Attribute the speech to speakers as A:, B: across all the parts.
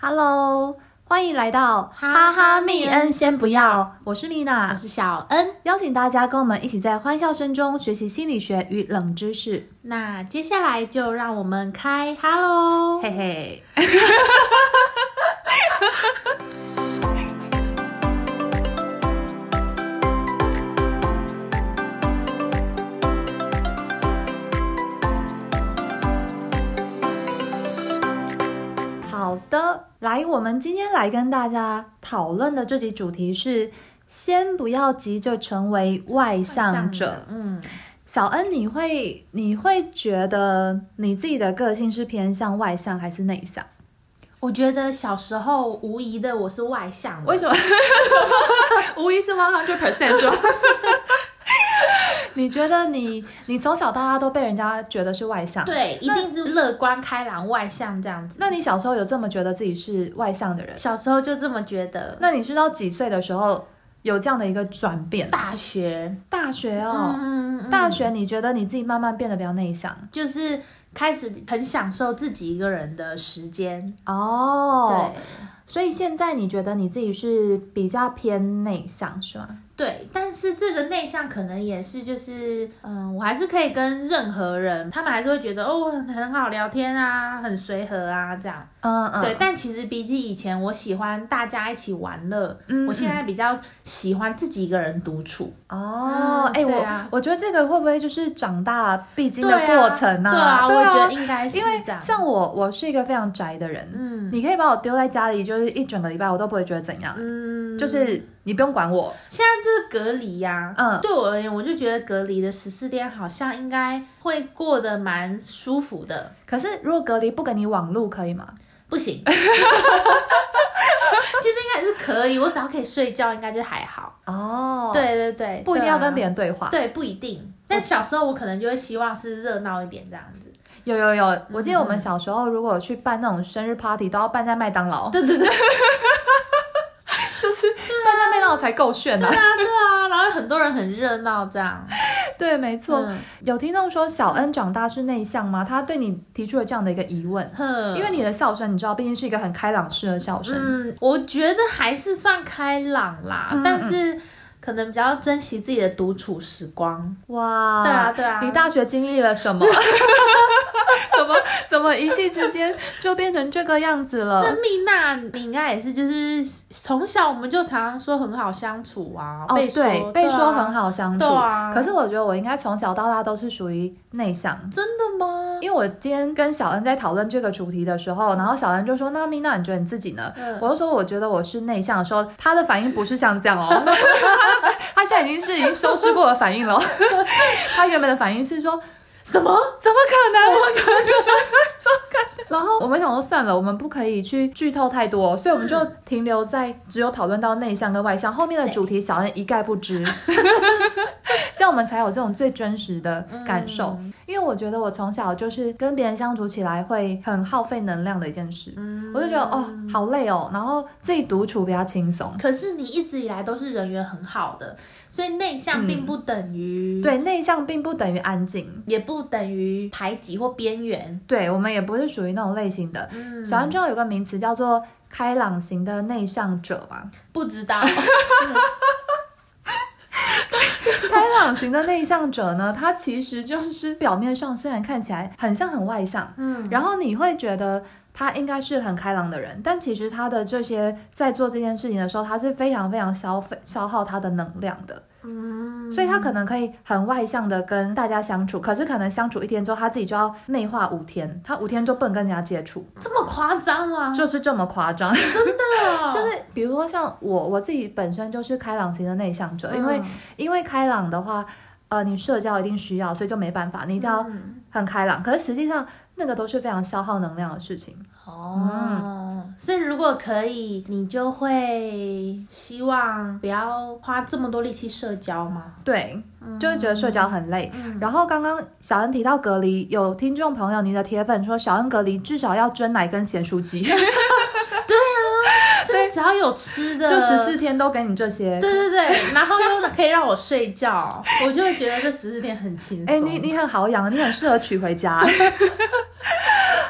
A: Hello，欢迎来到
B: 哈
A: 哈哈
B: 哈
A: 密
B: 密
A: 恩，
B: 恩
A: 先不要，我是米
B: 我
A: 娜，
B: 是小恩。
A: 邀请大家跟我们一起在欢笑声中学习心理学与冷知识，
B: 那接下来就让我们开哈喽。
A: 嘿嘿。好的，来，我们今天来跟大家讨论的这集主题是：先不要急着成为外向者。，
B: 嗯，
A: 小恩，你会你会觉得你自己的个性是偏向外向还是内向？
B: 我觉得小时候无疑的我是外向的，
A: 为什么？ 无疑是 one hundred percent 说。 你觉得你你从小到大都被人家觉得是外向？。
B: 对，一定是乐观开朗、外向这样子。
A: 那你小时候有这么觉得自己是外向的人？
B: 小时候就这么觉得。
A: 那你是到几岁的时候有这样的一个转变？
B: 大学，
A: 大学哦，
B: 嗯嗯，
A: 大
B: 大
A: 学你觉得你自己慢慢变得比较内向
B: 就是开始很享受自己一个人的时间。
A: 哦
B: 对。
A: 所以现在你觉得你自己是比较偏内向是吗？
B: 对，但是这个内向可能也是就是，嗯，我还是可以跟任何人，他们还是会觉得哦，我很很好聊天啊，很随和啊这样。
A: 嗯嗯，
B: 对，但其实比起以前，我喜欢大家一起玩乐，
A: 嗯
B: 我现在比较喜欢自己一个人独处。
A: 哦，
B: 嗯
A: 哎、
B: 对
A: 我、
B: 啊
A: 我觉得这个会不会就是长大必经的
B: 对啊
A: 过程呢、
B: 对啊，
A: 对
B: 我觉得应该是
A: 因为
B: 这样。
A: 像我，我是一个非常宅的人，
B: 嗯
A: 你可以把我丢在家里，就是一整个礼拜，我都不会觉得怎样，
B: 嗯，
A: 就是你不用管我，
B: 现在就是隔离呀、
A: 嗯
B: 对我而言，我就觉得隔离的十四天好像应该会过得蛮舒服的。
A: 可是如果隔离不给你网路，可以吗？
B: 不行， 其实应该是可以，我只要可以睡觉，应该就还好。
A: 哦，，
B: 对对对，
A: 不一定要
B: 对啊
A: 跟别人对话。
B: 对，不一定。但小时候我可能就会希望是热闹一点这样子。
A: 有有
B: 嗯
A: 有，我记得我们小时候如果去办那种生日 party，都要办在麦当劳，
B: 对对对，
A: 就是办在麦当劳才够炫呢、
B: 对啊对啊，然后很多人很热闹这样。
A: 对，没错。
B: 嗯
A: 有听众说小恩长大是内向吗？他对你提出了这样的一个疑问。
B: 哼，
A: 因为你的笑声，你知道，毕竟是一个很开朗式的笑声。
B: 嗯，我觉得还是算开朗啦，
A: 嗯
B: 但是可能比较珍惜自己的独处时光。
A: 哇
B: 对啊，对啊，
A: 你大学经历了什 么？怎么怎么一夕之间就变成这个样子
B: 那
A: 了？
B: 蜜娜，你应该也是，就是从小我们就常说很好相处啊，
A: 哦，
B: 被说
A: 对，被说很
B: 好，
A: 好相处
B: 对。啊，
A: 可是我觉得我应该从小到大都是属于内向。
B: 真的吗？
A: 因为我今天跟小恩在讨论这个主题的时候，然后小恩就说：“那米娜，你觉得你自己呢？”
B: 嗯
A: 我就说：“我觉得我是内向。”的时候，他的反应不是像这样哦， 他现在已经是已经修饰过的反应了。 他原本的反应是说：“什么？怎么可能？我可能。”然后我们想说算了，我们不可以去剧透太多，所以我们就停留在只有讨论到内向跟外向，后面的主题小恩一概不知，这样我们才有这种最真实的感受。因为我觉得我从小就是跟别人相处起来会很耗费能量的一件事，我就觉得哦好累哦，然后自己独处比较轻松。
B: 可是你一直以来都是人缘很好的，所以内向并不等于、，
A: 嗯对，内向并不等于安静，
B: 也不等于排挤或边缘。
A: 对我们也不是属于那种类型的。
B: 嗯，
A: 小安知道有个名词叫做开朗型的内向者嘛？
B: 不知道。
A: 开朗型的内向者呢，他其实就是表面上虽然看起来很像很外向，
B: 嗯，
A: 然后你会觉得他应该是很开朗的人，但其实他的这些在做这件事情的时候，他是非常非常消费消耗他的能量的。嗯，所以他可能可以很外向的跟大家相处，可是可能相处一天之后，他自己就要内化五天，他五天就不能跟人家接触，
B: 这么夸张 吗？
A: 就是这么夸张。
B: 哦 的
A: 就是比如说像我，我自己本身就是开朗型的内向者，因为、
B: 嗯
A: 因为开朗的话，呃，你社交一定需要，所以就没办法，你一定
B: 嗯
A: 要很开朗。可是实际上那个都是非常消耗能量的事情。
B: 哦，所以如果可以，你就会希望不要花这么多力气社交吗？
A: 对，就会觉得社交很累。
B: 嗯
A: 然后刚刚小恩提到隔离，有听众朋友你的铁粉说，小恩隔离至少要蒸奶跟咸酥鸡，就
B: 就是只要有吃 的，
A: 十四天都给你这些。
B: 对对对，然后又可以让我睡觉，我就会
A: 哎
B: 觉得这十四天很轻松。
A: 哎、你你很好养，你很适合娶回家。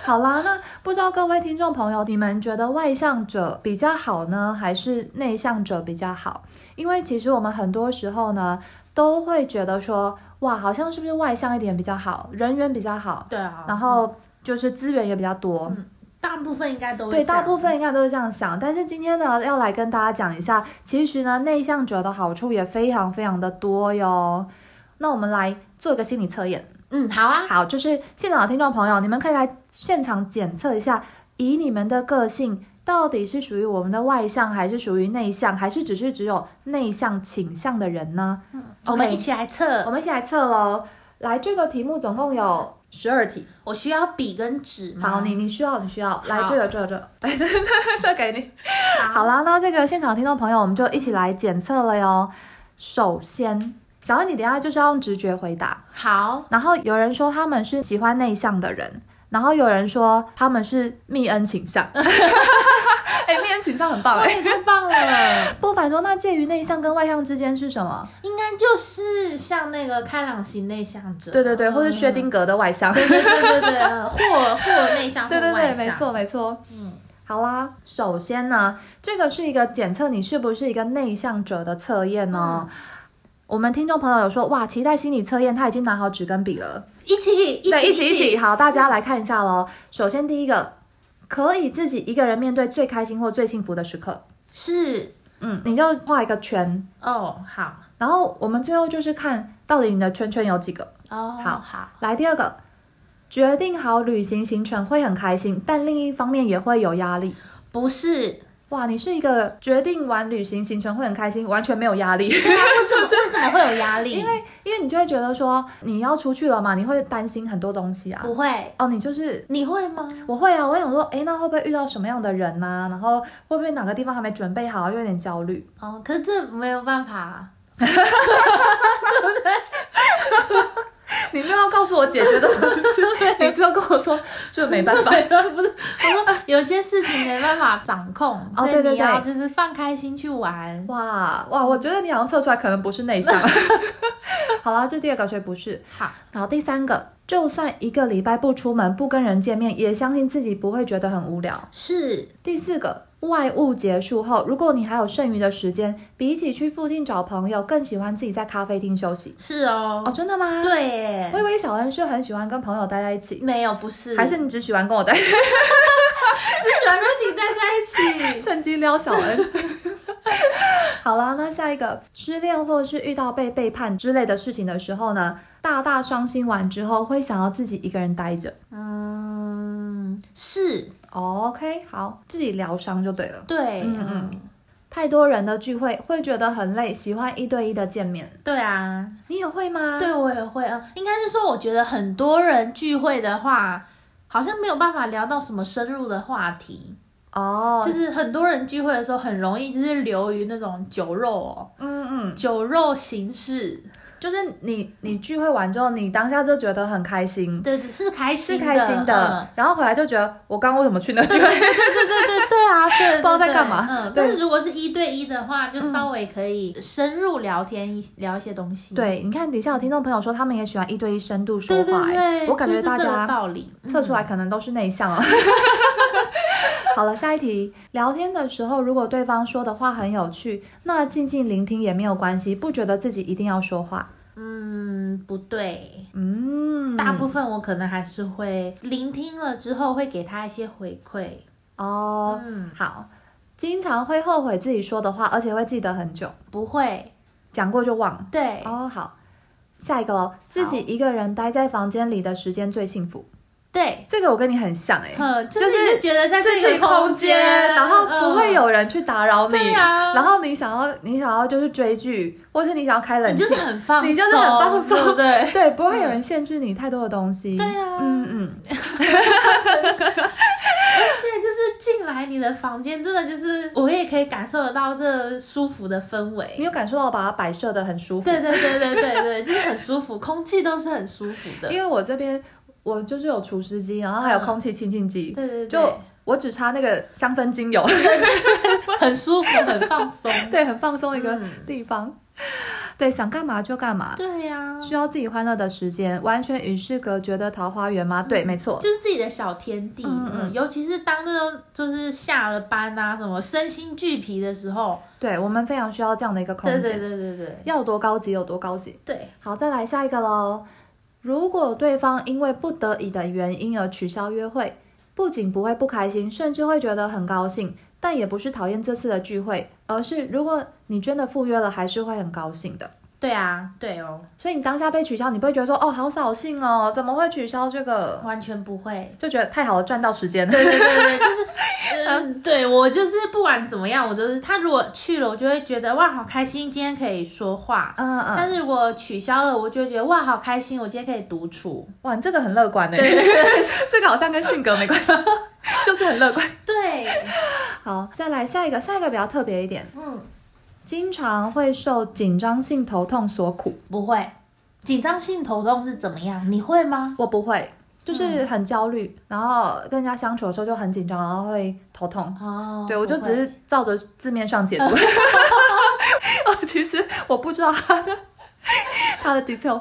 A: 好啦，那不知道各位听众朋友，你们觉得外向者比较好呢，还是内向者比较好？因为其实我们很多时候呢，都会觉得说，哇，好像是不是外向一点比较好，人缘比较好，
B: 对啊，
A: 然后就是资源也比较多。
B: 大部分应该都会
A: 对，
B: 这样
A: 大部分应该都是这样想。但是今天呢，要来跟大家讲一下，其实呢，内向者的好处也非常非常的多哟。那我们来做一个心理测验，
B: 嗯，好啊，
A: 好，就是现场的听众朋友，你们可以来现场检测一下，以你们的个性，到底是属于我们的外向，还是属于内向，还是只是只有内向倾向的人呢？
B: 我们一起来测。
A: 我们一起来测喽。来，这个题目总共有十二题。
B: 我需要笔跟纸吗？
A: 好，你你需要，你需要，来
B: 好
A: 这个这个这 个，来这这给你。
B: 好
A: 好啦，那这个现场听众朋友，我们就一起来检测了哟。首先，小恩，你等一下就是要用直觉回答。
B: 好，
A: 然后有人说他们是喜欢内向的人，然后有人说他们是密恩倾 向。哎、密恩倾向很棒哎、
B: 太棒了！
A: 不凡说，那介于内向跟外向之间是什么？
B: 应该就是像那个开朗型内向者，
A: 对对对，或是
B: 嗯
A: 薛定谔的外向。
B: 对对对对对，呃或或内 向，
A: 对对
B: 或外
A: 对，
B: 向
A: 没错没错。
B: 嗯，
A: 好啦，首先呢，这个是一个检测你是不是一个内向者的测验哦。
B: 嗯
A: 我们听众朋友有说，哇，期待心理测验，他已经拿好纸跟笔了。
B: 一起一
A: 对，
B: 起
A: 一起一起，好，大家来看一下喽。首先第一个，可以自己一个人面对最开心或最幸福的时刻。
B: 是
A: 嗯，你就画一个圈，
B: 哦，好
A: 然后我们最后就是看到底你的圈圈有几个。
B: 哦，
A: 好
B: 好，
A: 来，第二个，决定好旅行行程会很开心，但另一方面也会有压力。
B: 不是，
A: 哇，你是一个决定完旅行行程会很开心，完全没有 压力，
B: 对啊，为什么为什么会有压 力？因为
A: 因为你就会觉得说你要出去了嘛，你会担心很多东西啊。
B: 不会，
A: 哦，你就是
B: 你会吗？
A: 我会啊，我会想说，诶，那会不会遇到什么样的人呐、然后会不会哪个地方还没准备好，又有点焦虑？
B: 哦，可是这没有办法，
A: 你没有告诉我解决的方式，你只有跟我说这没办法。
B: 不是，我说有些事情没办法掌控，所以
A: 哦对对
B: 你要
A: 对
B: 就是放开心去玩。
A: 哇哇，我觉得你好像测出来可能不是内向。 好啦，这第二个所以不是。
B: 好，
A: 然后第三个，就算一个礼拜不出门、不跟人见面，也相信自己不会觉得很无聊。
B: 是
A: 第四个，外务结束后，如果你还有剩余的时间，比起去附近找朋友，更喜欢自己在咖啡厅休息。
B: 是哦，
A: 哦，真的吗？，
B: 对
A: 我以
B: 耶，
A: 为小恩是很喜欢跟朋友待在一起，
B: 没有不是，
A: 还是你只喜欢跟我待，
B: 只喜欢跟你待在一 起。
A: 趁机撩小恩。好啦，那下一个，失恋或是遇到被背叛之类的事情的时候呢，大大伤心完之后，会想要自己一个人待着。
B: 嗯，是
A: OK，好，自己疗伤就对了。
B: 对，
A: 嗯
B: 嗯，
A: 太多人的聚会会觉得很累，喜欢一对一的见面。
B: 对啊，
A: 你也会吗？
B: 对我也会，嗯，应该是说，我觉得很多人聚会的话，好像没有办法聊到什么深入的话题。
A: 哦，
B: 就是很多人聚会的时候，很容易就是流于那种酒肉哦，
A: 嗯嗯，
B: 酒肉形式，
A: 就是你你聚会完之后，你当下就觉得很开心，
B: 对，是开
A: 是
B: 心的，
A: 开心的，嗯然后回来就觉得我刚刚为什么去那聚会？
B: 嗯。对对对对 对啊，对，对
A: 不知道在干嘛
B: 对嗯，
A: 对嗯
B: 但是如果是一对一的话，就稍微可以深入聊天一聊一些东西。
A: 对，你看底下有听众朋友说他们也喜欢一对一深度说
B: 对
A: 话，哎
B: 对对，
A: 我感觉
B: 就是
A: 大
B: 这嗯个
A: 家
B: 道理
A: 测出来可能都是内向哦。 好了，下一题。聊天的时候，如果对方说的话很有趣，那静静聆听也没有关系，不觉得自己一定要说话。
B: 嗯，不对，
A: 嗯，
B: 大部分我可能还是会聆听了之后会给他一些回馈。
A: 哦，
B: 嗯，
A: 好，经常会后悔自己说的话，而且会记得很久，
B: 不会，
A: 讲过就忘了。
B: 对，
A: 哦，好，下一个喽，自己一个人待在房间里的时间最幸福。
B: 对，
A: 这个我跟你很像 哎、
B: 嗯，就
A: 就是
B: 是觉得在
A: 自
B: 这
A: 己
B: 个嗯
A: 空间，然后不会
B: 有。
A: 有人去打扰你，
B: 对啊
A: 然后你想要你想要就是追剧，或是你想要开冷
B: 你
A: 气，
B: 就是很放松，
A: 你就是很放松
B: 对不 对？
A: 对，不会有人限制你太多的东西。
B: 对啊
A: 嗯嗯，
B: 而且就是进来你的房间，真的就是我也可以感受得到这舒服的氛
A: 你
B: 围。
A: 有感受到把它摆设的很舒服。
B: 对对对对对 对，就是很舒服，空气都是很舒服的。
A: 因为我这边我就是有除湿机，然后还有
B: 嗯
A: 空气清净机，
B: 对对
A: 就
B: 对，
A: 我只差那个香氛精 油。
B: 很舒服，很放松。
A: 对，很放松的一个
B: 嗯
A: 地方。对，想干嘛就干嘛，
B: 对呀、
A: 需要自己欢乐的时间，完全与世隔绝的桃花源吗？
B: 嗯
A: 对，没错，
B: 就是自己的小天地，
A: 嗯嗯
B: 嗯，尤其是当那种就是下了班啊，什么身心俱疲的时候，
A: 对我们非常需要这样的一个空
B: 对
A: 间，
B: 对对对对
A: 要有多高级有多高级。
B: 对，
A: 好，再来下一个喽。如果对方因为不得已的原因而取消约会，不仅不会不开心，甚至会觉得很高兴，但也不是讨厌这次的聚会，而是如果你真的赴约了，还是会很高兴的。
B: 对啊，对哦，
A: 所以你当下被取消，你不会觉得说哦好扫兴哦，怎么会取消这个？
B: 完全不 会。
A: 就觉得太好了，赚到时间。
B: 对对对对，就是，呃，对我就是不管怎么样，我都是他如果去了，我就会觉得哇，好开心，今天可以说 话。
A: 嗯嗯，
B: 但是如果取消了，我就会觉得哇，好开心，我今天可以独处。
A: 哇，你这个很乐观呢。欸 这个好像跟性格没关系， 就是很乐观。
B: 对，
A: 好，再来下一个，下一个比较特别一点，
B: 嗯，
A: 经常会受紧张性头痛所苦。
B: 不会，紧张性头痛是怎么样？你会吗？
A: 我不会，就是很焦虑，然后跟人家相处的时候就很紧张，然后会头痛。
B: 哦，
A: 对，我就
B: 不
A: 只
B: 会
A: 是照着字面上解 读。哦，其实我不知道他的他的 detail。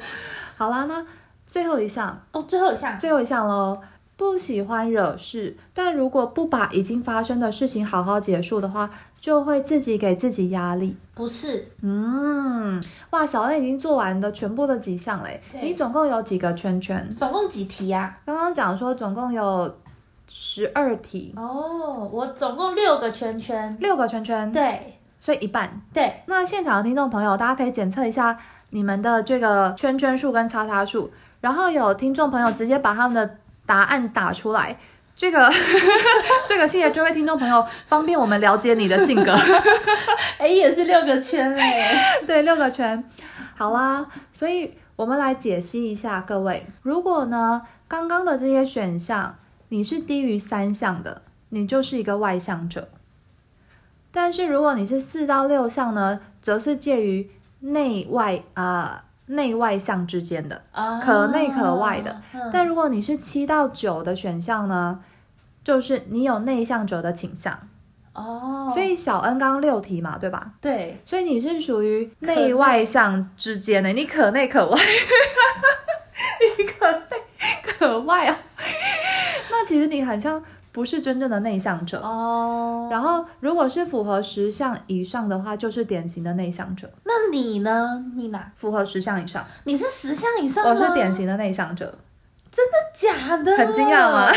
A: 好啦，那最后一项，
B: 哦，最后一项，
A: 最后一项喽。不喜欢惹事，但如果不把已经发生的事情好好结束的话，就会自己给自己压力。
B: 不是
A: 嗯，哇，小恩已经做完的全部的几项嘞，
B: 对
A: 你总共有几个圈圈？
B: 总共几题呀、
A: 刚刚讲说总共有十二题，
B: 哦，我总共六个圈圈。
A: 六个圈圈，
B: 对
A: 所以一半。
B: 对，
A: 那现场的听众朋友，大家可以检测一下你们的这个圈圈数跟叉叉数，然后有听众朋友直接把他们的答案打出来。这个 这个，谢谢这位听众朋友，方便我们了解你的性格。
B: 哎，也是六个圈哎。
A: 对，六个圈。好啦，所以我们来解析一下，各位，如果呢刚刚的这些选项你是低于三项的，你就是一个外向者；但是如果你是四到六项呢，则是介于内外啊、内外向之间的。
B: 啊
A: 可内可外的。
B: 嗯
A: 但如果你是七到九的选项呢，就是你有内向者的倾向。
B: 哦，
A: 所以小恩刚刚六题嘛，对吧？
B: 对，
A: 所以你是属于
B: 可内
A: 内外向之间的，你可内可外， 你可内可外啊。那其实你很像不是真正的内向者。
B: 哦，
A: 然后，如果是符合十项以上的话，就是典型的内向者。
B: 那你呢？你哪？
A: 符合十项以上，
B: 你是十项以上吗？
A: 我是典型的内向者，
B: 假的，
A: 很惊讶吗？？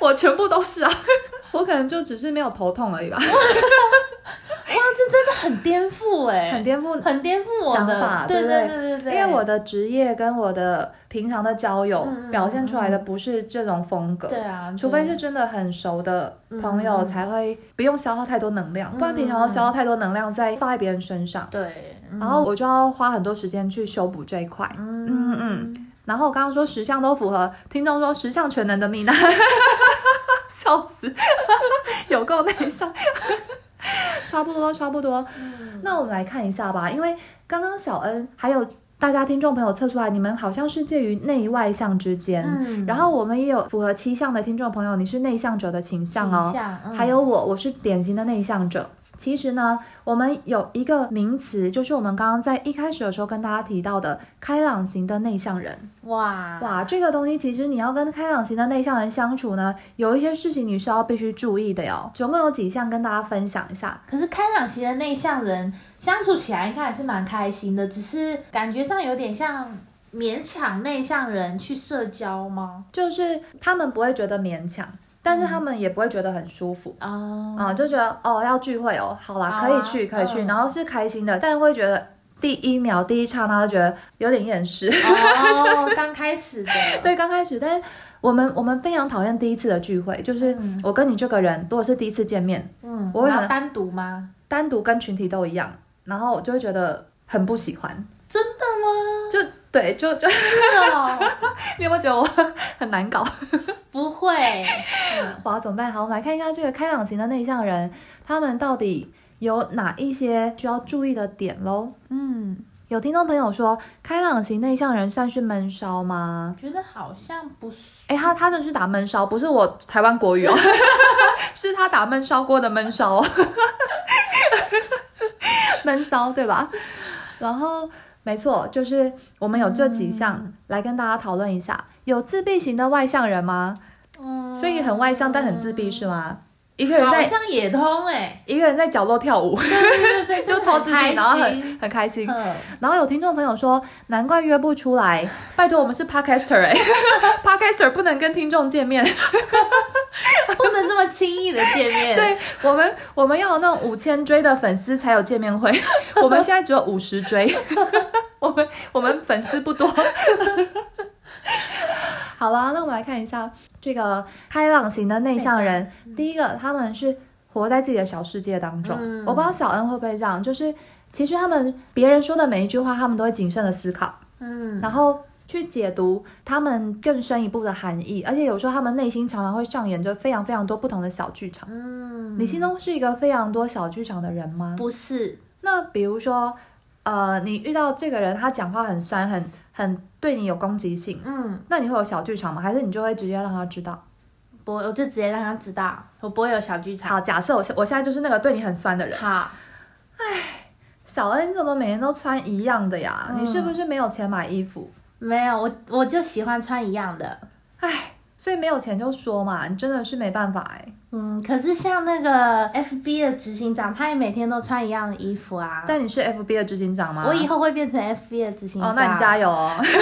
A: 我全部都是啊， 我可能就只是没有头痛而已吧，
B: 哇，这真的很颠覆 哎，
A: 很颠覆
B: 很颠覆我
A: 想法
B: 的，对
A: 对不对
B: 对对对，
A: 因为我的职业跟我的平常的交友
B: 嗯嗯
A: 表现出来的不是这种风格，
B: 对嗯啊，
A: 除非是真的很熟的朋友才会不用消耗太多能量，不然平常都
B: 嗯
A: 消耗太多能量在放在别人身上，
B: 对，
A: 然后我就要花很多时间去修补这一块。嗯
B: 嗯
A: 嗯，然后我刚刚说十项都符合，听众说十项全能的蜜娜， 笑死， 有够内向， 差不多差不多。
B: 嗯
A: 那我们来看一下吧，因为刚刚小恩还有大家听众朋友测出来，你们好像是介于内外向之间。
B: 嗯，
A: 然后我们也有符合七项的听众朋友，你是内向者的倾向哦，
B: 形象嗯
A: 还有我，我是典型的内向者。其实呢，我们有一个名词，就是我们刚刚在一开始的时候跟大家提到的开朗型的内向人。
B: 哇
A: 哇，这个东西其实你要跟开朗型的内向人相处呢，有一些事情你是要必须注意的哟。总共有几项跟大家分享一下。
B: 可是开朗型的内向人相处起来应该还是蛮开心的，只是感觉上有点像勉强内向人去社交吗？
A: 就是他们不会觉得勉强，但是他们也不会觉得很舒服。
B: 哦、
A: 啊、就觉得哦要聚会哦，好啦，
B: 好啊
A: 可以去可以去，
B: 嗯
A: 然后是开心的，但会觉得第一秒第一刹那就觉得有点厌世。
B: 哦，刚开始的，
A: 对，刚开始，但是我们我们非常讨厌第一次的聚会，就是我跟你这个人，如果是第一次见面，
B: 嗯，
A: 我会
B: 然后
A: 很
B: 单独吗？
A: 单独跟群体都一样，然后我就会觉得很不喜欢。
B: 真的吗？
A: 就对，就 就
B: 是哦，
A: 你有没有觉得我很难搞？
B: 不会，
A: 哇，怎么办？好，我们来看一下这个开朗型的内向人，他们到底有哪一些需要注意的点喽？
B: 嗯，
A: 有听众朋友说，开朗型内向人算是闷骚吗
B: 我？觉得好像不是，
A: 哎，他他的是打闷烧，不是我台湾国语哦， 是他 打闷烧锅的闷烧、哦，闷骚对吧？然后没错，就是我们有这几项、
B: 嗯
A: 来跟大家讨论一下。有自闭型的外向人吗？
B: 嗯，
A: 所以很外向但很自闭是吗？一个人
B: 好
A: 在
B: 像也通哎、
A: 一个人在角落跳舞，
B: 对对对，
A: 就超自闭，然后很很开
B: 嗯
A: 心。然后有听众朋友说，难怪约不出来，拜托我们是 podcaster 哎、p o d c a s t e r 不能跟听众见面，
B: 不能这么轻易的见面。
A: 对我们我们要有那种五千追的粉丝才有见面会， 我们现在只有五十 追，我们我们粉丝不多。 好啦，那我们来看一下这个开朗型的内向人，嗯第一个他们是活在自己的小世界当中，
B: 嗯
A: 我不知道小恩会不会这样，就是其实他们别人说的每一句话，他们都会谨慎的思考。
B: 嗯，
A: 然后去解读他们更深一步的含义，而且有时候他们内心常常会上演着非常非常多不同的小剧场。
B: 嗯，
A: 你心中是一个非常多小剧场的人吗？
B: 不是，
A: 那比如说，呃，你遇到这个人，他讲话很酸，很很对你有攻击性，
B: 嗯，
A: 那你会有小剧场吗？还是你就会直接让他知道？
B: 不，我就直接让他知道，我不会有小剧场。
A: 好，假设我现我现在就是那个对你很酸的人，
B: 好，
A: 小恩，你怎么每天都穿一样的呀？
B: 嗯
A: 你是不是没有钱买衣服？
B: 没有，我我就喜欢穿一样的。
A: 唉，所以没有钱就说嘛，你真的是没办法哎、
B: 嗯，可是像那个 FB 的执行长，他也每天都穿一样的衣服啊。
A: 但你是 FB 的执行长吗？
B: 我以后会变成 FB 的执行长。
A: 哦，那你加油哦！ 你不觉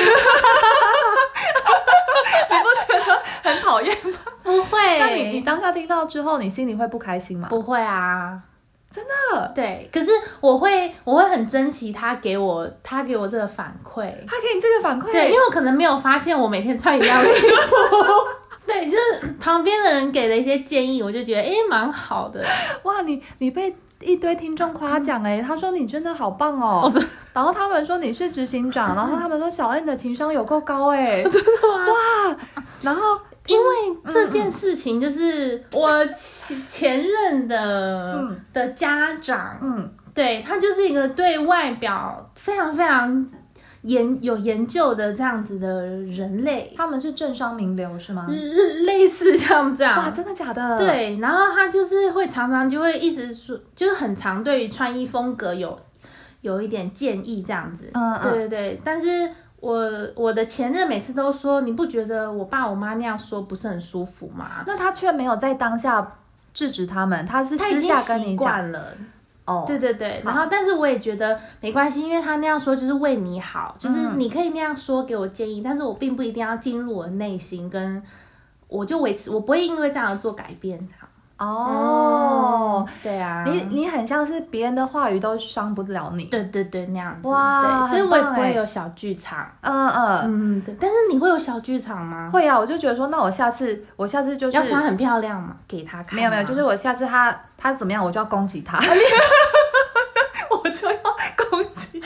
A: 得很讨厌吗？
B: 不会？
A: 那你你当下听到之后，你心里会不开心吗？
B: 不会啊。
A: 真的，
B: 对，可是我会，我会很珍惜他给我，他给我这个反馈。
A: 他给你这个反馈，
B: 对，因为我可能没有发现我每天穿一样的衣服。 对，就是旁边的人给的一些建议，我就觉得哎，诶蛮好的。
A: 哇，你你被一堆听众夸奖哎，他说你真的好棒哦，
B: 哦真
A: 然后他们说你是执行 长，然后他们说小恩你的情商有够高哎，真的吗？哇，然后
B: 因
A: 嗯
B: 为这件事情，就是我前前任的、
A: 嗯
B: 的家长，
A: 嗯，
B: 对他就是一个对外表非常非常研有研究的这样子的人类，
A: 他们是政商名流是吗？
B: 类类似像这
A: 哇，
B: 样。
A: 真的假的？，
B: 嗯对，然后他就是会常常就会一直说，就是很常对于穿衣风格有有一点建议这样子。
A: 嗯嗯
B: 对对对，但是我我的前任每次都说，你不觉得我爸我妈那样说不是很舒服吗？
A: 那他却没有在当下制止他们，他是
B: 他已
A: 私
B: 经
A: 下跟
B: 习
A: 你讲
B: 惯了，
A: 哦，
B: 对对对。
A: 好
B: 然后，但是我也觉得没关系，因为他那样说就是为你好，就是
A: 嗯
B: 你可以那样说给我建议，但是我并不一定要进入我的内心，跟我就维持，我不会因为这样而做改变这样。
A: 哦，
B: 嗯，对啊，
A: 你你很像是别人的话语都伤不了你。
B: 对对对，那样子。
A: 哇
B: 对，所以我也
A: 很棒
B: 不会
A: 欸
B: 有小剧场。
A: 嗯嗯，
B: 嗯，对。但是你会有小剧场吗？
A: 会啊，我就觉得说，那我下次我下次就是
B: 要穿啊很漂亮嘛，给他看吗。
A: 没有没有，就是我下次他他怎么样，我就要攻击他， 我就要攻击。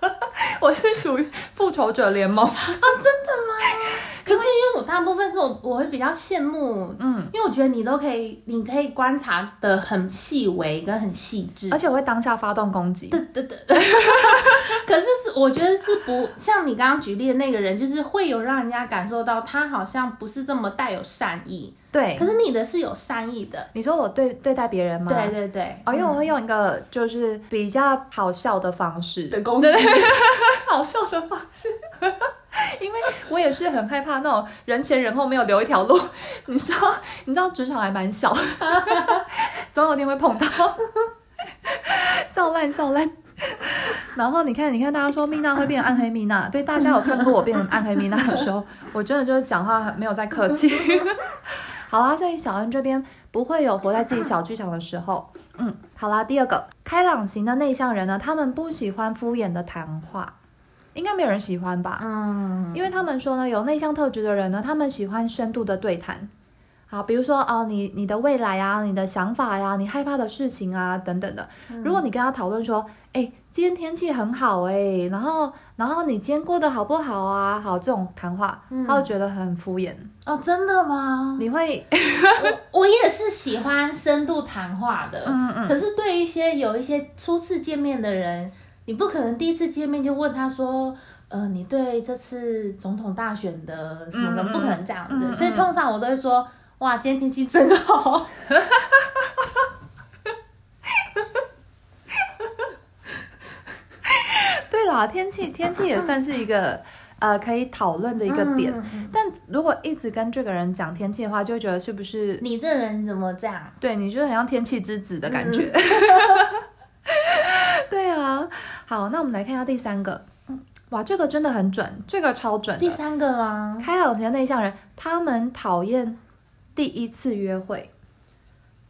A: 我是属于复仇者联盟，
B: 可是因为我大部分是我我会比较羡慕，
A: 嗯
B: 嗯，因为我觉得你都可以，你可以观察的很细微跟很细致
A: 而。且我会当下发动攻击。
B: 对对对，可是是我觉得是不像你刚刚举例的那个人，就是会有让人家感受到他好像不是这么带有善意。
A: 对
B: 可，是你的是有善意的，
A: 你说我对对待别人吗？
B: 对对对，
A: 哦，因为我会用一个就是比较好笑的方式，
B: 的 攻击，
A: 好笑的方式，因为我也是很害怕那种人前人后没有留一条路。 你知道，你知道职场还蛮小， 总有一天会碰到。笑烂笑烂。然后你看，你看，大家说蜜娜会变暗黑蜜娜，对，大家有看过我变暗黑蜜娜的时候，我真的就是讲话很没有在客气。 好啦，所以小恩这边不会有活在自己小剧场的时候。嗯，好啦，第二个开朗型的内向人呢，他们不喜欢敷衍的谈话，应该没有人喜欢吧？
B: 嗯，
A: 因为他们说呢，有内向特质的人呢，他们喜欢深度的对谈。好，比如说哦，你你的未来啊，你的想法呀、你害怕的事情啊，等等的。
B: 嗯
A: 如果你跟他讨论说，哎、今天天气很好哎、然后然后你今天过得好不好啊？好，这种谈话，
B: 嗯
A: 他会觉得很敷衍。
B: 哦，真的吗？
A: 你会，
B: 我也是喜欢深度谈话的，
A: 嗯嗯，
B: 可是对于一些有一些初次见面的人，你不可能第一次见面就问他说，呃，你对这次总统大选的什么什
A: 嗯嗯
B: 么，不可能这样子。
A: 嗯嗯
B: 所以通常我都会说，哇，今天天气真好。
A: 嗯对啦，天气天气也算是一个呃可以讨论的一个点。
B: 嗯嗯嗯
A: 但如果一直跟这个人讲天气的话，就会觉得是不是
B: 你这人怎么这样？
A: 对你觉得很像天气之子的感觉？
B: 嗯
A: 对啊，好，那我们来看一下第三个。嗯哇，这个真的很准，这个超准
B: 第
A: 的。
B: 三个吗？
A: 开朗型的内向人，他们讨厌第一次约会，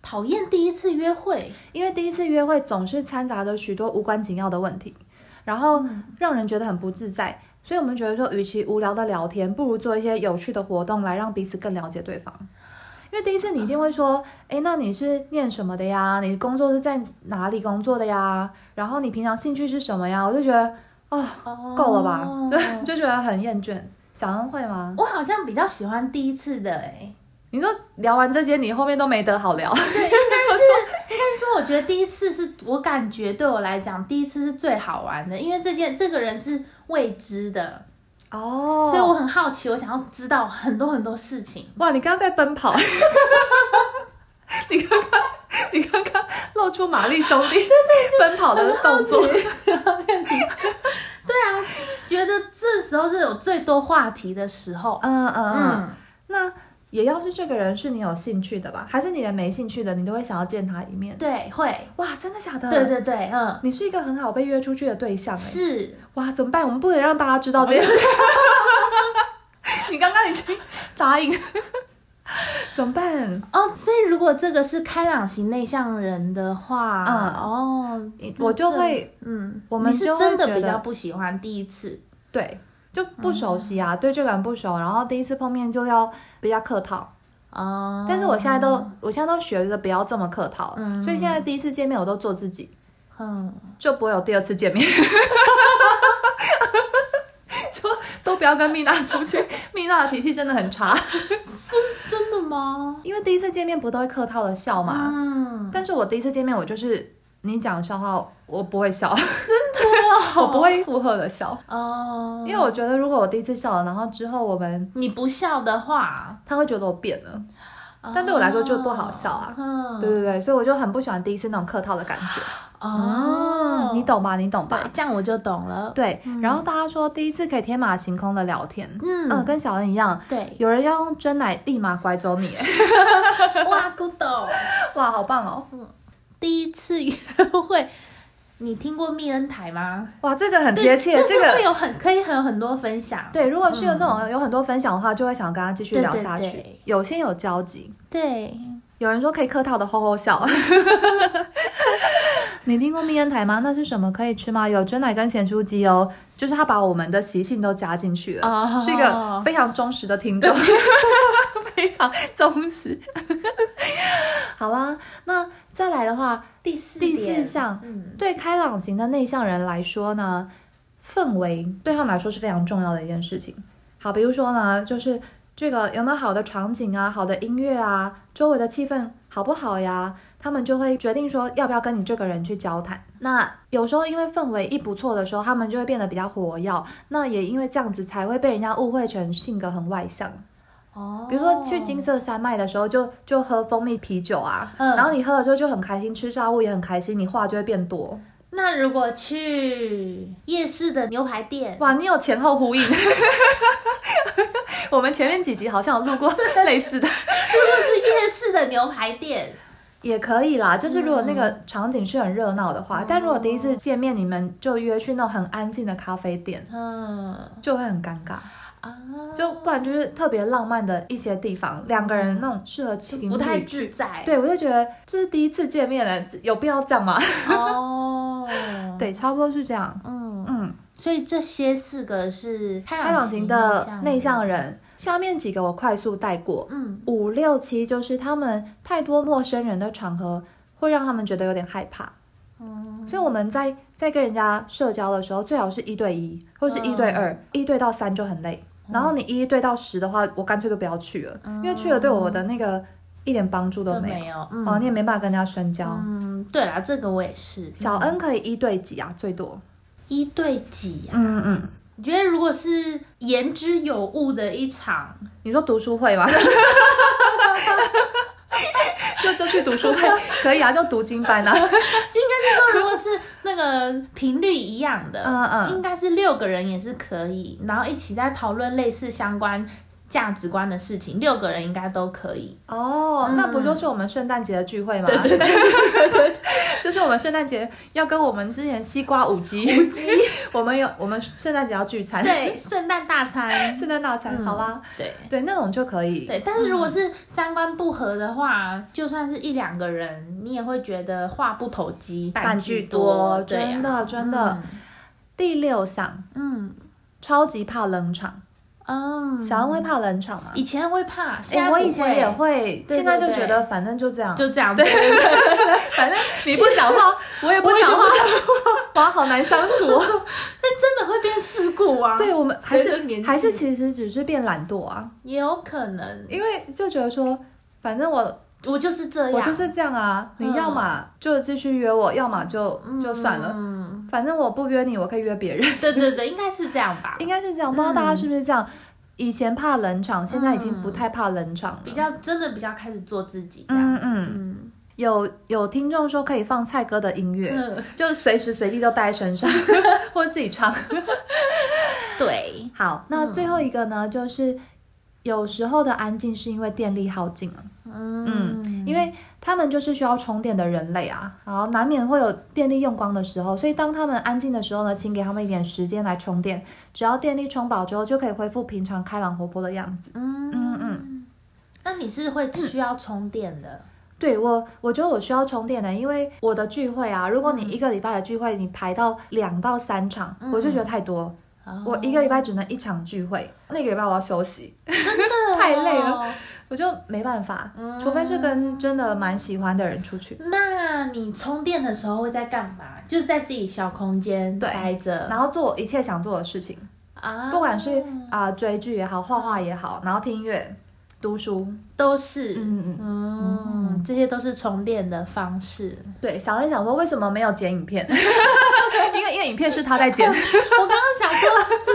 B: 讨厌第一次约会，
A: 因为第一次约会总是掺杂着许多无关紧要的问题，然后让人觉得很不自在。所以我们觉得说，与其无聊的聊天，不如做一些有趣的活动来让彼此更了解对方。因为第一次你一定会说，哎，那你是念什么的呀？你工作是在哪里工作的呀？然后你平常兴趣是什么呀？我就觉得
B: 哦
A: 够了吧， 就就觉得很厌倦。小恩会吗？
B: 我好像比较喜欢第一次的哎、
A: 你说聊完这些，你后面都没得好聊。
B: 但是我觉得第一次是我感觉对我来讲，第一次是最好玩的，因为这件这个人是未知的，
A: 哦
B: 所以我很好奇，我想要知道很多很多事情。
A: 哇，你刚刚在奔跑， 你刚刚你刚刚露出玛丽兄弟 奔跑的动作，
B: 对啊，觉得这时候是有最多话题的时候。
A: 嗯嗯嗯，
B: 嗯，
A: 那。也要是这个人是你有兴趣的吧，还是你连没兴趣的，你都会想要见他一面。
B: 对，会，
A: 哇，真的假的？
B: 对，对对，嗯，
A: 你是一个很好被约出去的对象哎。
B: 是，
A: 哇，怎么办？我们不能让大家知道这件事。 你刚刚已经答应， 怎么办？
B: 哦，所以如果这个是开朗型内向人的话，
A: 嗯
B: 哦，
A: 我就会
B: 那这，嗯，
A: 我们
B: 你是
A: 就会
B: 真的
A: 觉
B: 比
A: 得
B: 较不喜欢第一次，
A: 对，就不熟悉啊，对这个人不熟，然后第一次碰面就要比较客套。
B: 哦，
A: 但是我现在都，我现在都学着不要这么客套，所以现在第一次见面我都做自己，
B: 嗯，
A: 就不会有第二次见面。 就都不要跟蜜娜出去，蜜娜的脾气真的很差，
B: 是真的吗？
A: 因为第一次见面不都会客套的笑嘛。
B: 嗯，
A: 但是我第一次见面，我就是你讲笑话，我不会笑，真的、 我不会附和的笑，
B: 哦，
A: 因为我觉得如果我第一次笑了，然后之后我们
B: 你不笑的话，
A: 他会觉得我变了。但对我来说就不好笑啊
B: 哦嗯，
A: 对对对，所以我就很不喜欢第一次那种客套的感觉。嗯
B: 哦，
A: 你，懂吧？你懂
B: 对
A: 吧，？
B: 这样我就懂了，，
A: 对。然后大家说第一次可以天马行空的聊天，
B: 嗯
A: 嗯，跟小恩一样，
B: 对，
A: 有人要用真奶立马拐走 你，哎
B: 哇，古董，
A: 哇，好棒哦！
B: 第一次约会，你听过密恩 台吗？
A: 哇，这个很
B: 对
A: 贴切，
B: 就是
A: 这
B: 会
A: 个
B: 有很可以很有很多分享，
A: 对。如果是有那种有很多分享的话，就会想跟他继续
B: 对
A: 聊
B: 对
A: 下去
B: 对。
A: 有先有交集，
B: 对，
A: 有人说可以客套的吼吼笑。 你听过密恩台吗？那是什么？可以吃吗？有真奶跟咸酥鸡哦，就是他把我们的习性都加进去了
B: 哦
A: 是一个非常忠实的听 众，非常忠实。 好啦，那再来的话，
B: 第四
A: 第四
B: 点
A: 项
B: 嗯，
A: 对开朗型的内向人来说呢，氛围对他们来说是非常重要的一件事情。好，比如说呢，就是这个有没有好的场景啊，好的音乐啊，周围的气氛好不好呀？他们就会决定说要不要跟你这个人去交谈。那有时候因为氛围一不错的时候，他们就会变得比较活跃。那也因为这样子才会被人家误会成性格很外向。
B: 哦，
A: 比如说去金色山脉的时候就，就喝蜂蜜啤酒啊，
B: 嗯
A: 然后你喝了之后就很开心，吃炸物也很开心，你话就会变多。
B: 那如果去夜市的牛排店，
A: 哇，你有前后呼应。 我们前面几集好像有录过类似的，
B: 就是夜市的牛排店，
A: 也可以啦。就是如果那个场景是很热闹的
B: 嗯
A: 话，但如果第一次见面你们就约去那种很安静的咖啡店，
B: 嗯
A: 就会很尴尬。
B: 啊，
A: 就不然就是特别浪漫的一些地方，两个人那种适合情侣
B: 不太
A: 去
B: 自在，
A: 对，我就觉得这是第一次见面了，有必要这样吗？
B: 嗯哦，
A: 对，差不多是这样。
B: 嗯，
A: 嗯，
B: 所以这些四个是开
A: 开朗型的内向
B: 向人，
A: 人，下面几个我快速带过。
B: 嗯，
A: 五六七就是他们太多陌生人的场合，会让他们觉得有点害怕。
B: 嗯
A: 所以我们在在跟人家社交的时候，最好是一对一或是一对二、
B: 嗯
A: 一对到三就很累。然后你一对到十的话，我干脆就不要去了，因为去了对我的那个一点帮助都
B: 嗯都
A: 没有。
B: 没有，嗯
A: 哦，你也没办法跟人家深交。
B: 嗯，对啦，这个我也是，
A: 小恩可以一对几啊，最多。
B: 一对几啊？
A: 嗯嗯，
B: 你觉得如果是言之有物的一场，
A: 你说读书会吗？就就去读书会可以啊，就读经班啊。
B: 就应该是说，如果是那个频率一样的，
A: 嗯嗯
B: 应该是六个人也是可以，然后一起在讨论类似相关价值观的事情，六个人应该都可以。
A: 哦，那不就是我们圣诞节的聚会吗？对
B: 对
A: 对， 就是我们圣诞节要跟我们之前西瓜舞姬，舞姬， 我们有我们圣诞节要聚餐，，
B: 对，圣诞大餐，
A: 圣诞大餐，好啦，
B: 对。
A: 嗯对，那种就可以，
B: 对，但是如果是三观不合的话，就算是一两个人，你也会觉得话不投机，半句
A: 多，啊嗯
B: 对啊呀
A: 真的真的。第六项，
B: 嗯
A: 超级怕冷场，
B: 嗯，
A: 小恩会怕冷场吗？
B: 以前会怕，现
A: 哎，
B: 在
A: 我
B: 不
A: 以前也会，
B: 对对
A: 现在就
B: 对
A: 觉得反正就这样，
B: 就 这样，对对对
A: 反正你不讲话，我也不讲话， 哇，好难相处哦。
B: 但真的会变事故啊，
A: 对我们还
B: 随着年
A: 是
B: 纪
A: 还是其实只是变懒惰啊，
B: 也有可能，
A: 因为就觉得说，反正我
B: 我就是这样，
A: 我就是这样啊，
B: 哎嗯
A: 你要么就继续约我，要么就就算了，
B: 嗯，
A: 反正我不约你，我可以约别人，
B: 对对对，应该是这样吧，
A: 应该是这样。不知道大家是不是这样？以前怕冷场，现在已经不太怕冷场了。
B: 嗯比较真的比较开始做自己这
A: 嗯
B: 样子，
A: 嗯，
B: 嗯
A: 有有听众说可以放蔡哥的音乐，
B: 嗯，
A: 就随时随地都带在身上， 或者自己唱。
B: 对，
A: 好，
B: 嗯
A: 那最后一个呢，就是有时候的安静是因为电力耗尽了，啊
B: 嗯
A: 因为他们就是需要充电的人类啊，然后难免会有电力用光的时候，所以当他们安静的时候呢，请给他们一点时间来充电，只要电力充饱之后，就可以恢复平常开朗活泼的样子。
B: 嗯嗯嗯，那你是会需要充电的，
A: 对我，我觉得我需要充电的，因为我的聚会啊，如果
B: 嗯
A: 你一个礼拜的聚会你排到两到三场，我就觉得太多，
B: 哦
A: 我一个礼拜只能一场聚会，那个礼拜我要休息。
B: 真的
A: 太累
B: 哦
A: 了。我就没办法，
B: 嗯
A: 除非是跟真的蛮喜欢的人出去，
B: 那你充电的时候会在干嘛？就是在自己小空间
A: 对
B: 待着，
A: 然后做一切想做的事情，
B: 啊，
A: 不管是啊、追剧也好，画画也好，然后听音乐、读书，
B: 都是，
A: 嗯嗯
B: 嗯，这些都是充电的方式。
A: 嗯，对。小恩想说为什么没有剪影片？ 因为因为影片是他在剪
B: 我刚刚想说，就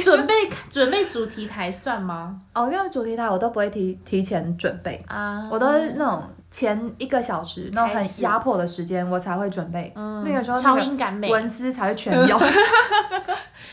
B: 是准备准备主题台算吗？
A: 哦，因为主题台我都不会提提前准备，
B: 啊，
A: 我都是那种前一个小时那种
B: 开
A: 很
B: 始
A: 压迫的时间我才会准备，
B: 嗯
A: 那个时候那
B: 超
A: 个
B: 音感美，
A: 文思才会全 有，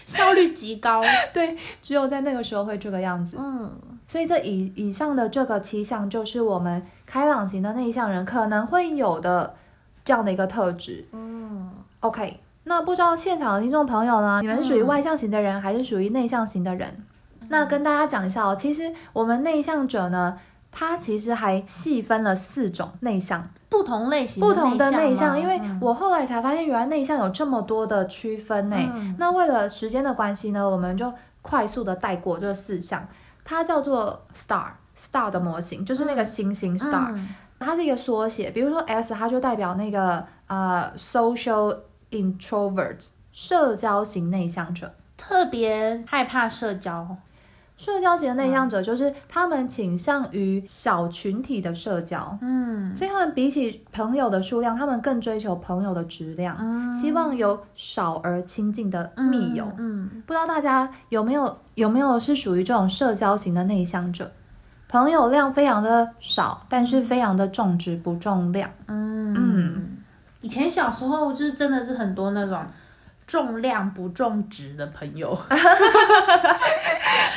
B: 效率极高。
A: 对，只有在那个时候会这个样子。
B: 嗯，
A: 所以这以以上的这个七项，就是我们开朗型的内向人可能会有的这样的一个特质。
B: 嗯，
A: OK，那不知道现场的听众朋友呢，你们是属于外向型的人，还是属于内向型的人？那跟大家讲一下哦，其实我们内向者呢，他其实还细分了四种内向，
B: 不同类型
A: 不同的内
B: 吗嗯
A: 向。因为我后来才发现，原来内向有这么多的区分呢。
B: 嗯
A: 那为了时间的关系呢，我们就快速的带过这四项。它叫做 STAR STAR 的模型，就是那个星星 STAR，、
B: 嗯
A: 它是一个缩写。比如说 S，它就代表那个呃 social introvert，社交型内向者。
B: 特别害怕社交，
A: 社交型的内向者就是他们倾向于小群体的社交，
B: 嗯
A: 所以他们比起朋友的数量，他们更追求朋友的质量，
B: 嗯
A: 希望有少而亲近的密友。
B: 嗯，
A: 不知道大家有没有有没有是属于这种社交型的内向者，朋友量非常的少，但是非常的重质不重量。
B: 嗯
A: 嗯
B: 嗯。以前小时候就是真的是很多那种重量不重质的朋 友，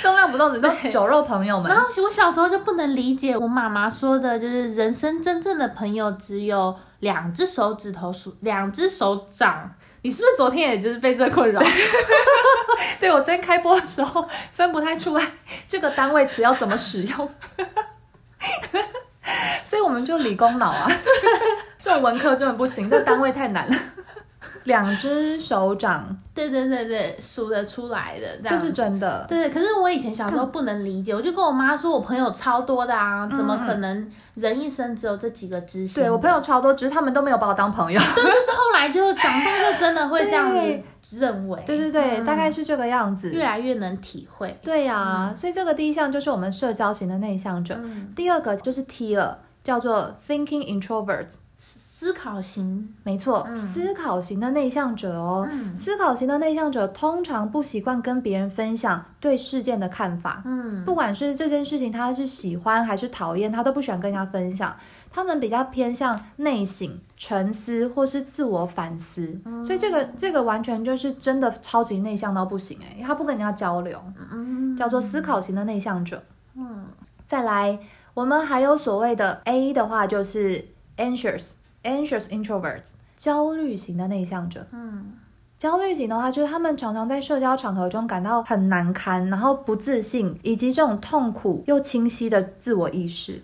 A: 重量不重质，就酒肉朋友们
B: 然。后我小时候就不能理解我妈妈说的，就是人生真正的朋友只有两只手指头数，两只手掌。你是不是昨天也就是被这困扰？
A: 对我昨天开播的时候分不太出来这个单位词要怎么使用，所以我们就理工脑啊， 这种文科真的不行，这单位太难了。两只手掌，
B: 对对对对，数得出来的，
A: 这
B: 这样
A: 是真的。
B: 对，可是我以前小时
A: 嗯
B: 候不能理解，我就跟我妈说，我朋友超多的啊，怎么可能人一生只有这几个知心？
A: 对我朋友超多，只是他们都没有把我当朋友。
B: 友后来就长大就真的会这样子认为，
A: 对对对，大概是这个样子。
B: 嗯越来越嗯能体会。
A: 嗯
B: 嗯
A: 对呀、所以这个第一项就是我们社交型的内向者，第二个就是 T 了，叫做 thinking introvert，
B: 思考型，
A: 没错，思考型的内向者哦。思考型的内向者通常不习惯跟别人分享对事件的看法，
B: 嗯，
A: 不管是这件事情他是喜欢还是讨厌，他都不喜欢跟人家分享。他们比较偏向内省、沉思或是自我反思，所以这个这个完全就是真的超级内向到不行哎、因为他不跟人家交流，
B: 嗯，
A: 叫做思考型的内向者。嗯，再来，我们还有所谓的 A 的话，就是 anxious anxious introverts，焦虑型的内向者。
B: 嗯，
A: 焦虑型的话，就是他们常常在社交场合中感到很难堪，然后不自信，以及这种痛苦又清晰的自我意识。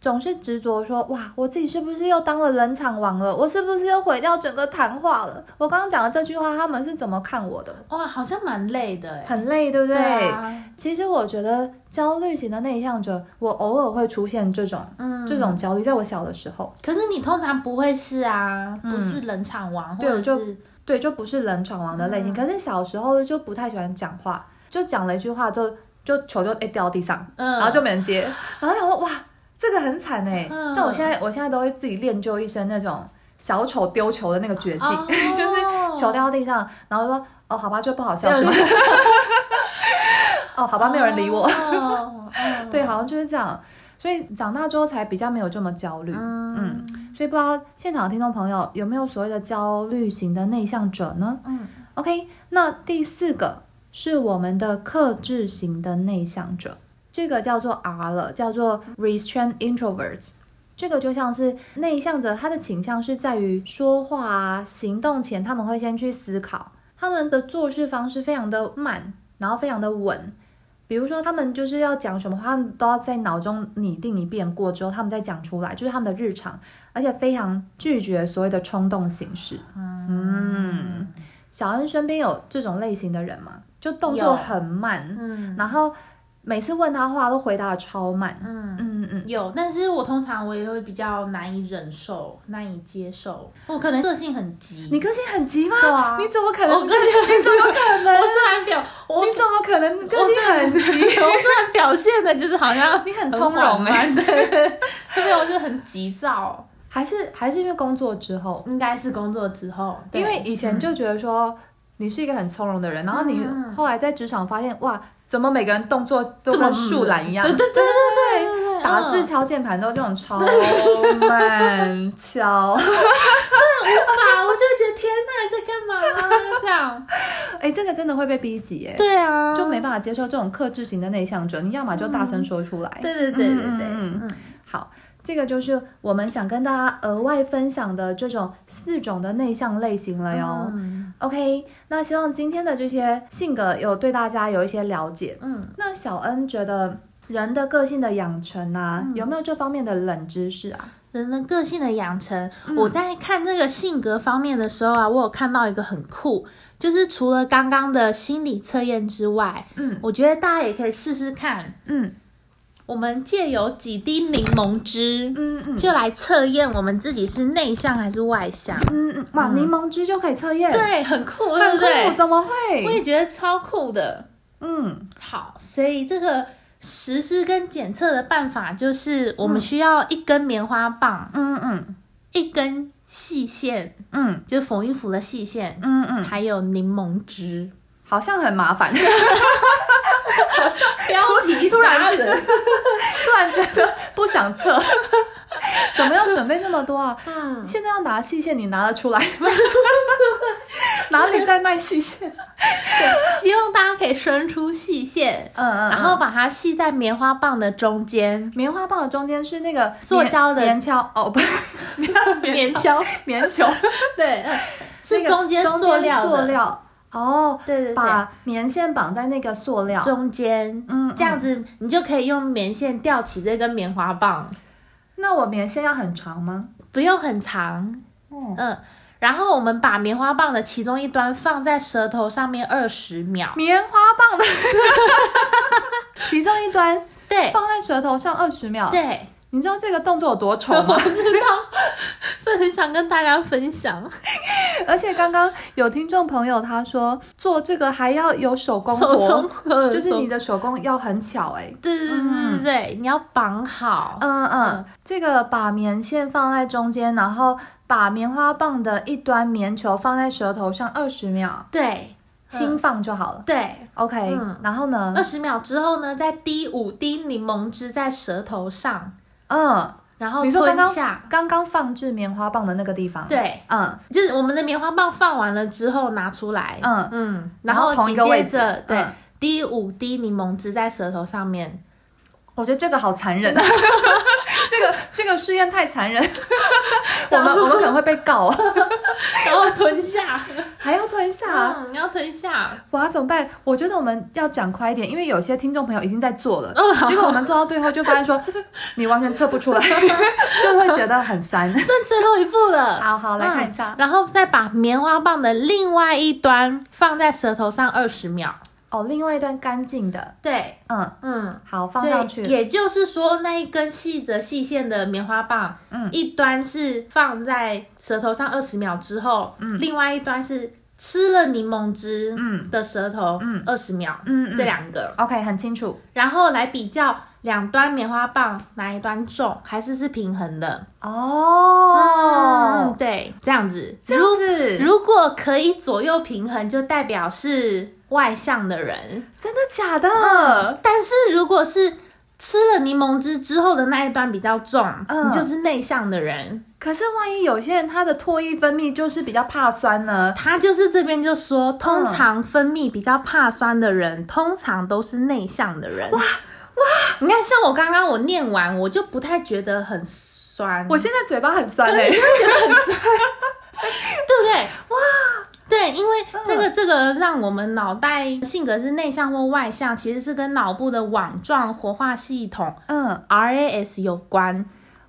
A: 总是执着说，哇，我自己是不是又当了冷场王了？我是不是又毁掉整个谈话了？我刚刚讲的这句话，他们是怎么看我的？
B: 哇、好像蛮累的哎，
A: 很累，对不对？
B: 啊，
A: 其实我觉得焦虑型的内向者，我偶尔会出现这种、
B: 嗯，
A: 这种焦虑，在我小的时候，
B: 可是你通常不会是啊，不是冷场王，
A: 嗯对
B: 或
A: 我就
B: 者是
A: 对，就不是冷场王的
B: 嗯
A: 类型。可是小时候就不太喜欢讲话，就讲了一句话就就球就哎掉地上，
B: 嗯，
A: 然后就没人 接，然后想说哇，这个很惨哎、
B: 嗯
A: 但我现在我现在都会自己练就一身那种小丑丢球的那个绝技，
B: 哦
A: 就是球掉地上，然后说哦好吧，就不好笑 是吗？哦好吧，没有人理我。
B: 哦，哦
A: 对，好像就是这样。所以长大之后才比较没有这么焦虑。
B: 嗯
A: 所以不知道现场的听众朋友有没有所谓的焦虑型的内向者呢
B: 嗯
A: ？OK，那第四个是我们的克制型的内向者，这个叫做 R 了，叫做 Restrained Introverts。这个就像是内向者，他的倾向是在于说话啊、行动前，他们会先去思考，他们的做事方式非常的慢，然后非常的稳。比如说，他们就是要讲什么话，他们都要在脑中拟定一遍过之后，他们再讲出来，就是他们的日常，而且非常拒绝所谓的冲动形式。嗯，小恩身边有这种类型的人吗？就动作
B: 有
A: 很慢，
B: 嗯
A: 然后每次问他话都回答的超慢。
B: 嗯。
A: 嗯嗯嗯，
B: 有，但是我通常我也会比较难以忍受、难以接受，我可能个性很急。
A: 你个性很急吗？
B: 对啊
A: 你怎么可能？
B: 我个性很急，
A: 怎么可能？
B: 我虽然表我
A: 你怎么可能个性很急？
B: 我虽然表现的就是好像
A: 你很
B: 很
A: 从容哎、
B: 哎，对对，对对没有，我就是很急躁，
A: 还是还是因为工作之后，
B: 应该是工作之后，对
A: 因为以前就觉得说你是一个很从容的人，然后你
B: 嗯
A: 后来在职场发现，哇，怎么每个人动作都
B: 这么
A: 跟树懒一样？
B: 嗯对对对对对对，
A: 打字
B: 嗯
A: 敲键盘都这种超慢 敲，
B: 啊，我就觉得天哪，你在干嘛？啊 这样，
A: 哎、这个真的会被逼急哎、
B: 对啊，
A: 就没办法接受这种克制型的内向者，你要么就大声说出来，
B: 对对对对对，
A: 嗯嗯
B: 嗯
A: 好，这个就是我们想跟大家额外分享的这种四种的内向类型了哟。
B: 嗯
A: OK，那希望今天的这些性格有对大家有一些了解。
B: 嗯，
A: 那小恩觉得人的个性的养成啊，
B: 嗯
A: 有没有这方面的冷知识啊？
B: 人的个性的养成，我在看这个性格方面的时候啊，我有看到一个很酷，就是除了刚刚的心理测验之外，
A: 嗯
B: 我觉得大家也可以试试看，
A: 嗯
B: 我们借由几滴柠檬汁，
A: 嗯嗯
B: 就来测验我们自己是内向还是外向。
A: 嗯嗯，哇，柠檬汁就可以测验，，
B: 对，很酷，对
A: 很酷，
B: 不对？
A: 怎么
B: 我
A: 会？
B: 也觉得超酷的。
A: 嗯
B: 好，所以这个实施跟检测的办法就是，我们需要一根棉花棒，
A: 嗯嗯
B: 一根细线，
A: 嗯
B: 就是缝衣服的细线，
A: 嗯嗯，
B: 还有柠檬汁。
A: 好像很麻烦，
B: 标 题
A: 突然
B: 杀
A: 觉得
B: 人，
A: 突然觉得不想测， 怎么要准备那么多啊？
B: 嗯，
A: 现在要拿细线，你拿得出来 吗？哪里在卖细线？
B: 对，希望大家可以伸出细线，
A: 嗯嗯，
B: 然后把它系在棉花棒的中间，
A: 棉花棒的中间是那个
B: 塑
A: 棉
B: 胶的
A: 棉条哦， 不，棉条棉球，
B: 对，嗯，
A: 那
B: 是
A: 个
B: 中间塑料
A: 塑
B: 的，
A: 料哦，
B: 对对对，
A: 把棉线绑在那个塑料，
B: 中间。
A: 嗯，
B: 这样子，你就可以用棉线吊起这根棉花棒，
A: 嗯。那我棉线要很长吗？
B: 不用很长，
A: 嗯，
B: 嗯。然后我们把棉花棒的其中一端放在舌头上面二十秒，
A: 棉花棒 的其中一端
B: 对
A: 放在舌头上二十秒。
B: 对，
A: 你知道这个动作有多丑吗？
B: 知道，所以想跟大家 分享
A: 而且刚刚有听众朋友他说做这个还要有手工
B: 手
A: 活
B: 中， 呃
A: 就是
B: 手
A: 你的嗯手工要很巧哎、
B: 对对对对对对，你要绑好，
A: 嗯嗯，这个把棉线放在中间，然后把棉花棒的一端棉球放在舌头上二十秒，
B: 对
A: 轻放就好了。
B: 对。
A: OK，、
B: 嗯
A: 然后呢
B: 二？十秒之后呢，再滴五滴柠檬汁在舌头上，
A: 嗯，
B: 然后
A: 你说刚
B: 吞
A: 刚
B: 下。
A: 刚刚放置棉花棒的那个地方，，
B: 对，
A: 嗯
B: 就是我们的棉花棒放完了之后拿出来，
A: 嗯，
B: 嗯，
A: 然
B: 然
A: 后
B: 后
A: 同一
B: 紧
A: 个位
B: 接
A: 置
B: 着对、
A: 嗯
B: 滴五滴柠檬汁在舌头 上面，
A: 我觉得这个好残 忍，这个这个试验太残忍，我们我们可能会被告啊，
B: 然后吞下，
A: 还要吞下 啊。
B: 嗯，你要吞下，
A: 哇，怎么办？我觉得我们要讲快一点，因为有些听众朋友已经在做了，
B: 嗯好
A: 结果我们做到最后就发 现说，你完全测不 出来，就会觉得很酸。
B: 剩最后一步了。
A: 好好，来
B: 嗯
A: 看一下。
B: 然后再把棉花棒的另外一端放在舌头上二十秒。
A: 哦，另外一段干净的，
B: 对，
A: 嗯，
B: 嗯，
A: 好，放
B: 所
A: 上
B: 以
A: 去。
B: 也就是说，那一根细则细线的棉花棒，
A: 嗯
B: 一端是放在舌头上二十秒之后，嗯，另外一端是吃了柠檬汁，
A: 嗯
B: 的舌头，嗯，二十秒，
A: 嗯嗯
B: 这两个，
A: OK，很清楚。
B: 然后来比较两端棉花棒哪一端重，还是是平衡的。
A: 哦
B: 嗯，，对，这样子，
A: 这样子，
B: 如果可以左右平衡，就代表是外向的人。
A: 真的假的？
B: 但是如果是吃了柠檬汁之后的那一端比较重，
A: 嗯
B: 你就是内向的人。
A: 可是万一有些人他的唾液分泌就是比较怕酸呢？
B: 他就是这边就说，通常分泌比较怕酸的人，通常都是内向的人。哇哇！你看，像我刚刚我念完，我就不太觉得很酸。
A: 我现在嘴巴很酸
B: 对，
A: 哎
B: 你，会觉得很酸，对不对？哇，对，因为这
A: 嗯
B: 个、这个让我们脑袋性格是内向或外向，其实是跟脑部的网状活化系统
A: 嗯，
B: RAS 有关。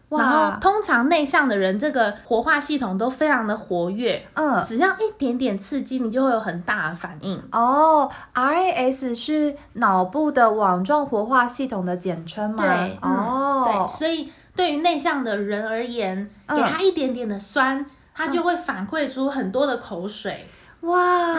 B: 然后
A: 哇，
B: 通常内向的人，这个活化系统都非常的活跃，
A: 嗯，
B: 只要一点点刺激，你就会有很大的反应。
A: 哦，RAS 是脑部的网状活化系统的简称吗？
B: 对嗯
A: 哦
B: 对，，所以对于内向的人而言，
A: 嗯
B: 给他一点点的酸，他就会反馈出很多的口水。
A: 哇，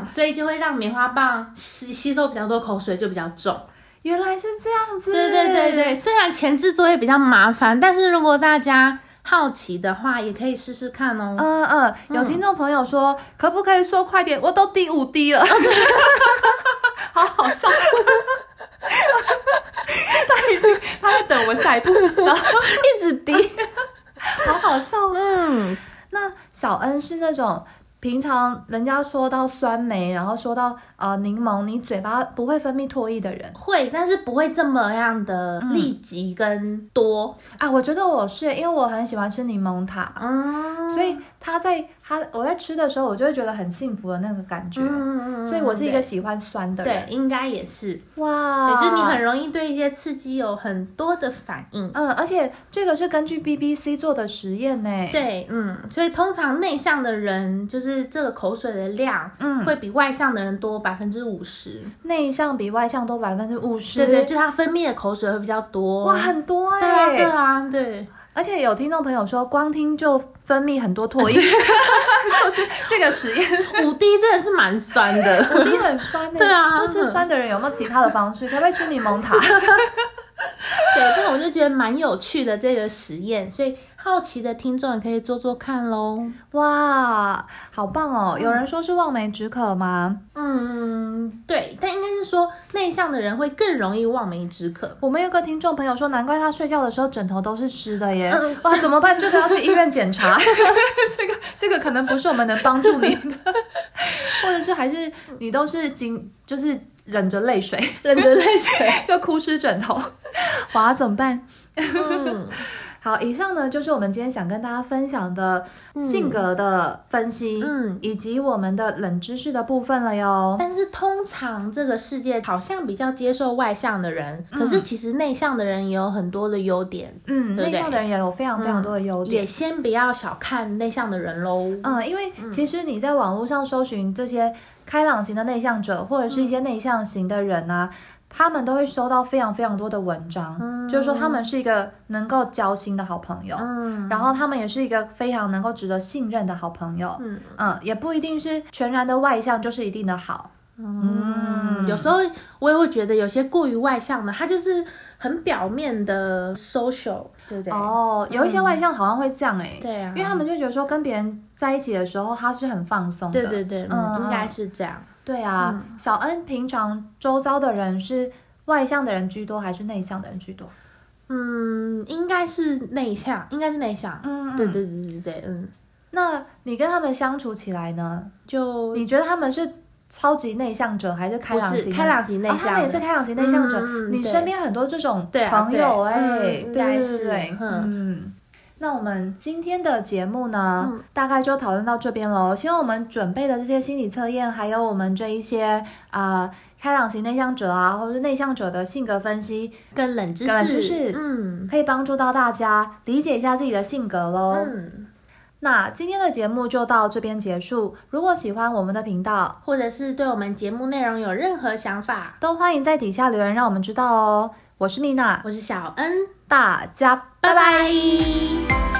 B: 嗯，所以就会让棉花棒吸吸收比较多口水，就比较重。
A: 原来是这样子。
B: 对对对，对，虽然前置作业比较麻烦，但是如果大家好奇的话，也可以试试看哦。
A: 嗯嗯，有听众朋友说，可不可以说快点？我都第五滴
B: 哦
A: 了， 好好笑。 他已经他在等我下一 步，然后
B: 一直滴，
A: 好好笑哦。
B: 嗯，
A: 那小恩是那种平常人家说到酸梅，然后说到呃柠檬，你嘴巴不会分泌唾液的人。
B: 会，但是不会这么样的立即跟多。
A: 啊，我觉得我是，因为我很喜欢吃柠檬塔，
B: 嗯，
A: 所以它在它我在吃的时候，我就会觉得很幸福的那个感觉。
B: 嗯
A: 所以我是一个喜欢酸的
B: 对哦
A: 人，，
B: 应该也是，
A: 哇，
B: 对，就是你很容易对一些刺激有很多的反应。
A: 嗯，而且这个是根据 BBC 做的实验呢。，
B: 对，嗯，所以通常内向的人就是这个口水的量，
A: 嗯
B: 会比外向的人多百分之五十。
A: 内向比外向多百分之五十，
B: 对对，就他分泌的口水会比较多。
A: 哇，很多
B: 对啊，
A: 哎、
B: 对啊，对，
A: 而且有听众朋友说，光听就分泌很多唾液， 就是这个实验，
B: 五 D 真的是蛮酸的。
A: 你很酸呢。
B: 对啊
A: 不吃酸的人有没有其他的方式？可不可以吃柠檬塔？
B: 对，但我就觉得蛮有趣的这个实验，所以好奇的听众也可以做做看喽。
A: 哇，好棒哦！有人说是望梅止渴吗？
B: 嗯，对，但应该是说内向的人会更容易望梅止渴。
A: 我们有个听众朋友说，难怪他睡觉的时候枕头都是湿的耶！
B: 嗯
A: 哇，怎么办？这个要去医院检 查。这个这个可能不是我们能帮助你的， 或者是还是你都是紧，就是忍着泪水
B: 认真在学。
A: 就哭湿枕头，哇，怎么办？
B: 嗯，
A: 好，以上呢就是我们今天想跟大家分享的性格的分析，
B: 嗯
A: 以及我们的冷知识的部分了哟。
B: 但是通常这个世界好像比较接受外向的人，可是其实内向的人也有很多的嗯优点。
A: 嗯，内
B: 对不对
A: 向的人也有非常非常多的优点
B: 也。先不要小看内向的人喽。
A: 嗯，因为其实你在
B: 嗯
A: 网络上搜寻这些开朗型的内向者，或者是一些内向型的人啊，他们都会收到非常非常多的文章，嗯就是说他们是一个能够交心的好朋友，
B: 嗯
A: 然后他们也是一个非常能够值得信任的好朋友，
B: 嗯
A: 嗯，也不一定是全然的外向就是一定的好，
B: 嗯，有时候我也会觉得有些过于外向的，他就是很表面的 social，对不对？，
A: 哦，有一些外向好像会这样哎、
B: 对啊，
A: 因为他们就觉得说跟别人在一起的时候他是很放松的，
B: 对对对，
A: 嗯
B: 嗯，应该是这样。
A: 对啊，
B: 嗯
A: 小恩平常周遭的人是外向的人居多还是内向的人居多？
B: 嗯，应该是内向，应该是内向。
A: 嗯嗯
B: 对对对对对，嗯，
A: 那你跟他们相处起来呢？
B: 就
A: 你觉得他们是超级内向者还是开
B: 不
A: 朗
B: 是
A: 型？
B: 开。朗型内
A: 哦
B: 向，，
A: 他们也是开朗型内向者。
B: 嗯嗯嗯
A: 你
B: 对
A: 身边很多这种
B: 对啊
A: 朋友
B: 对
A: 哎、
B: 嗯
A: 对
B: 应
A: 对
B: 该
A: 对
B: 是
A: 对
B: 嗯
A: 嗯。那我们今天的节目呢，大概就讨论到这边喽。希望我们准备的这些心理测验，还有我们这一些啊、呃开朗型内向者啊，或者是内向者的性格分析，
B: 跟冷知识，
A: 冷知识
B: 嗯
A: 可以帮助到大家理解一下自己的性格喽。
B: 嗯，
A: 那今天的节目就到这边结束。如果喜欢我们的频道，
B: 或者是对我们节目内容有任何想法，
A: 都欢迎在底下留言，让我们知道哦。我是蜜娜，
B: 我是小恩，
A: 大家拜
B: 拜
A: 拜。
B: 拜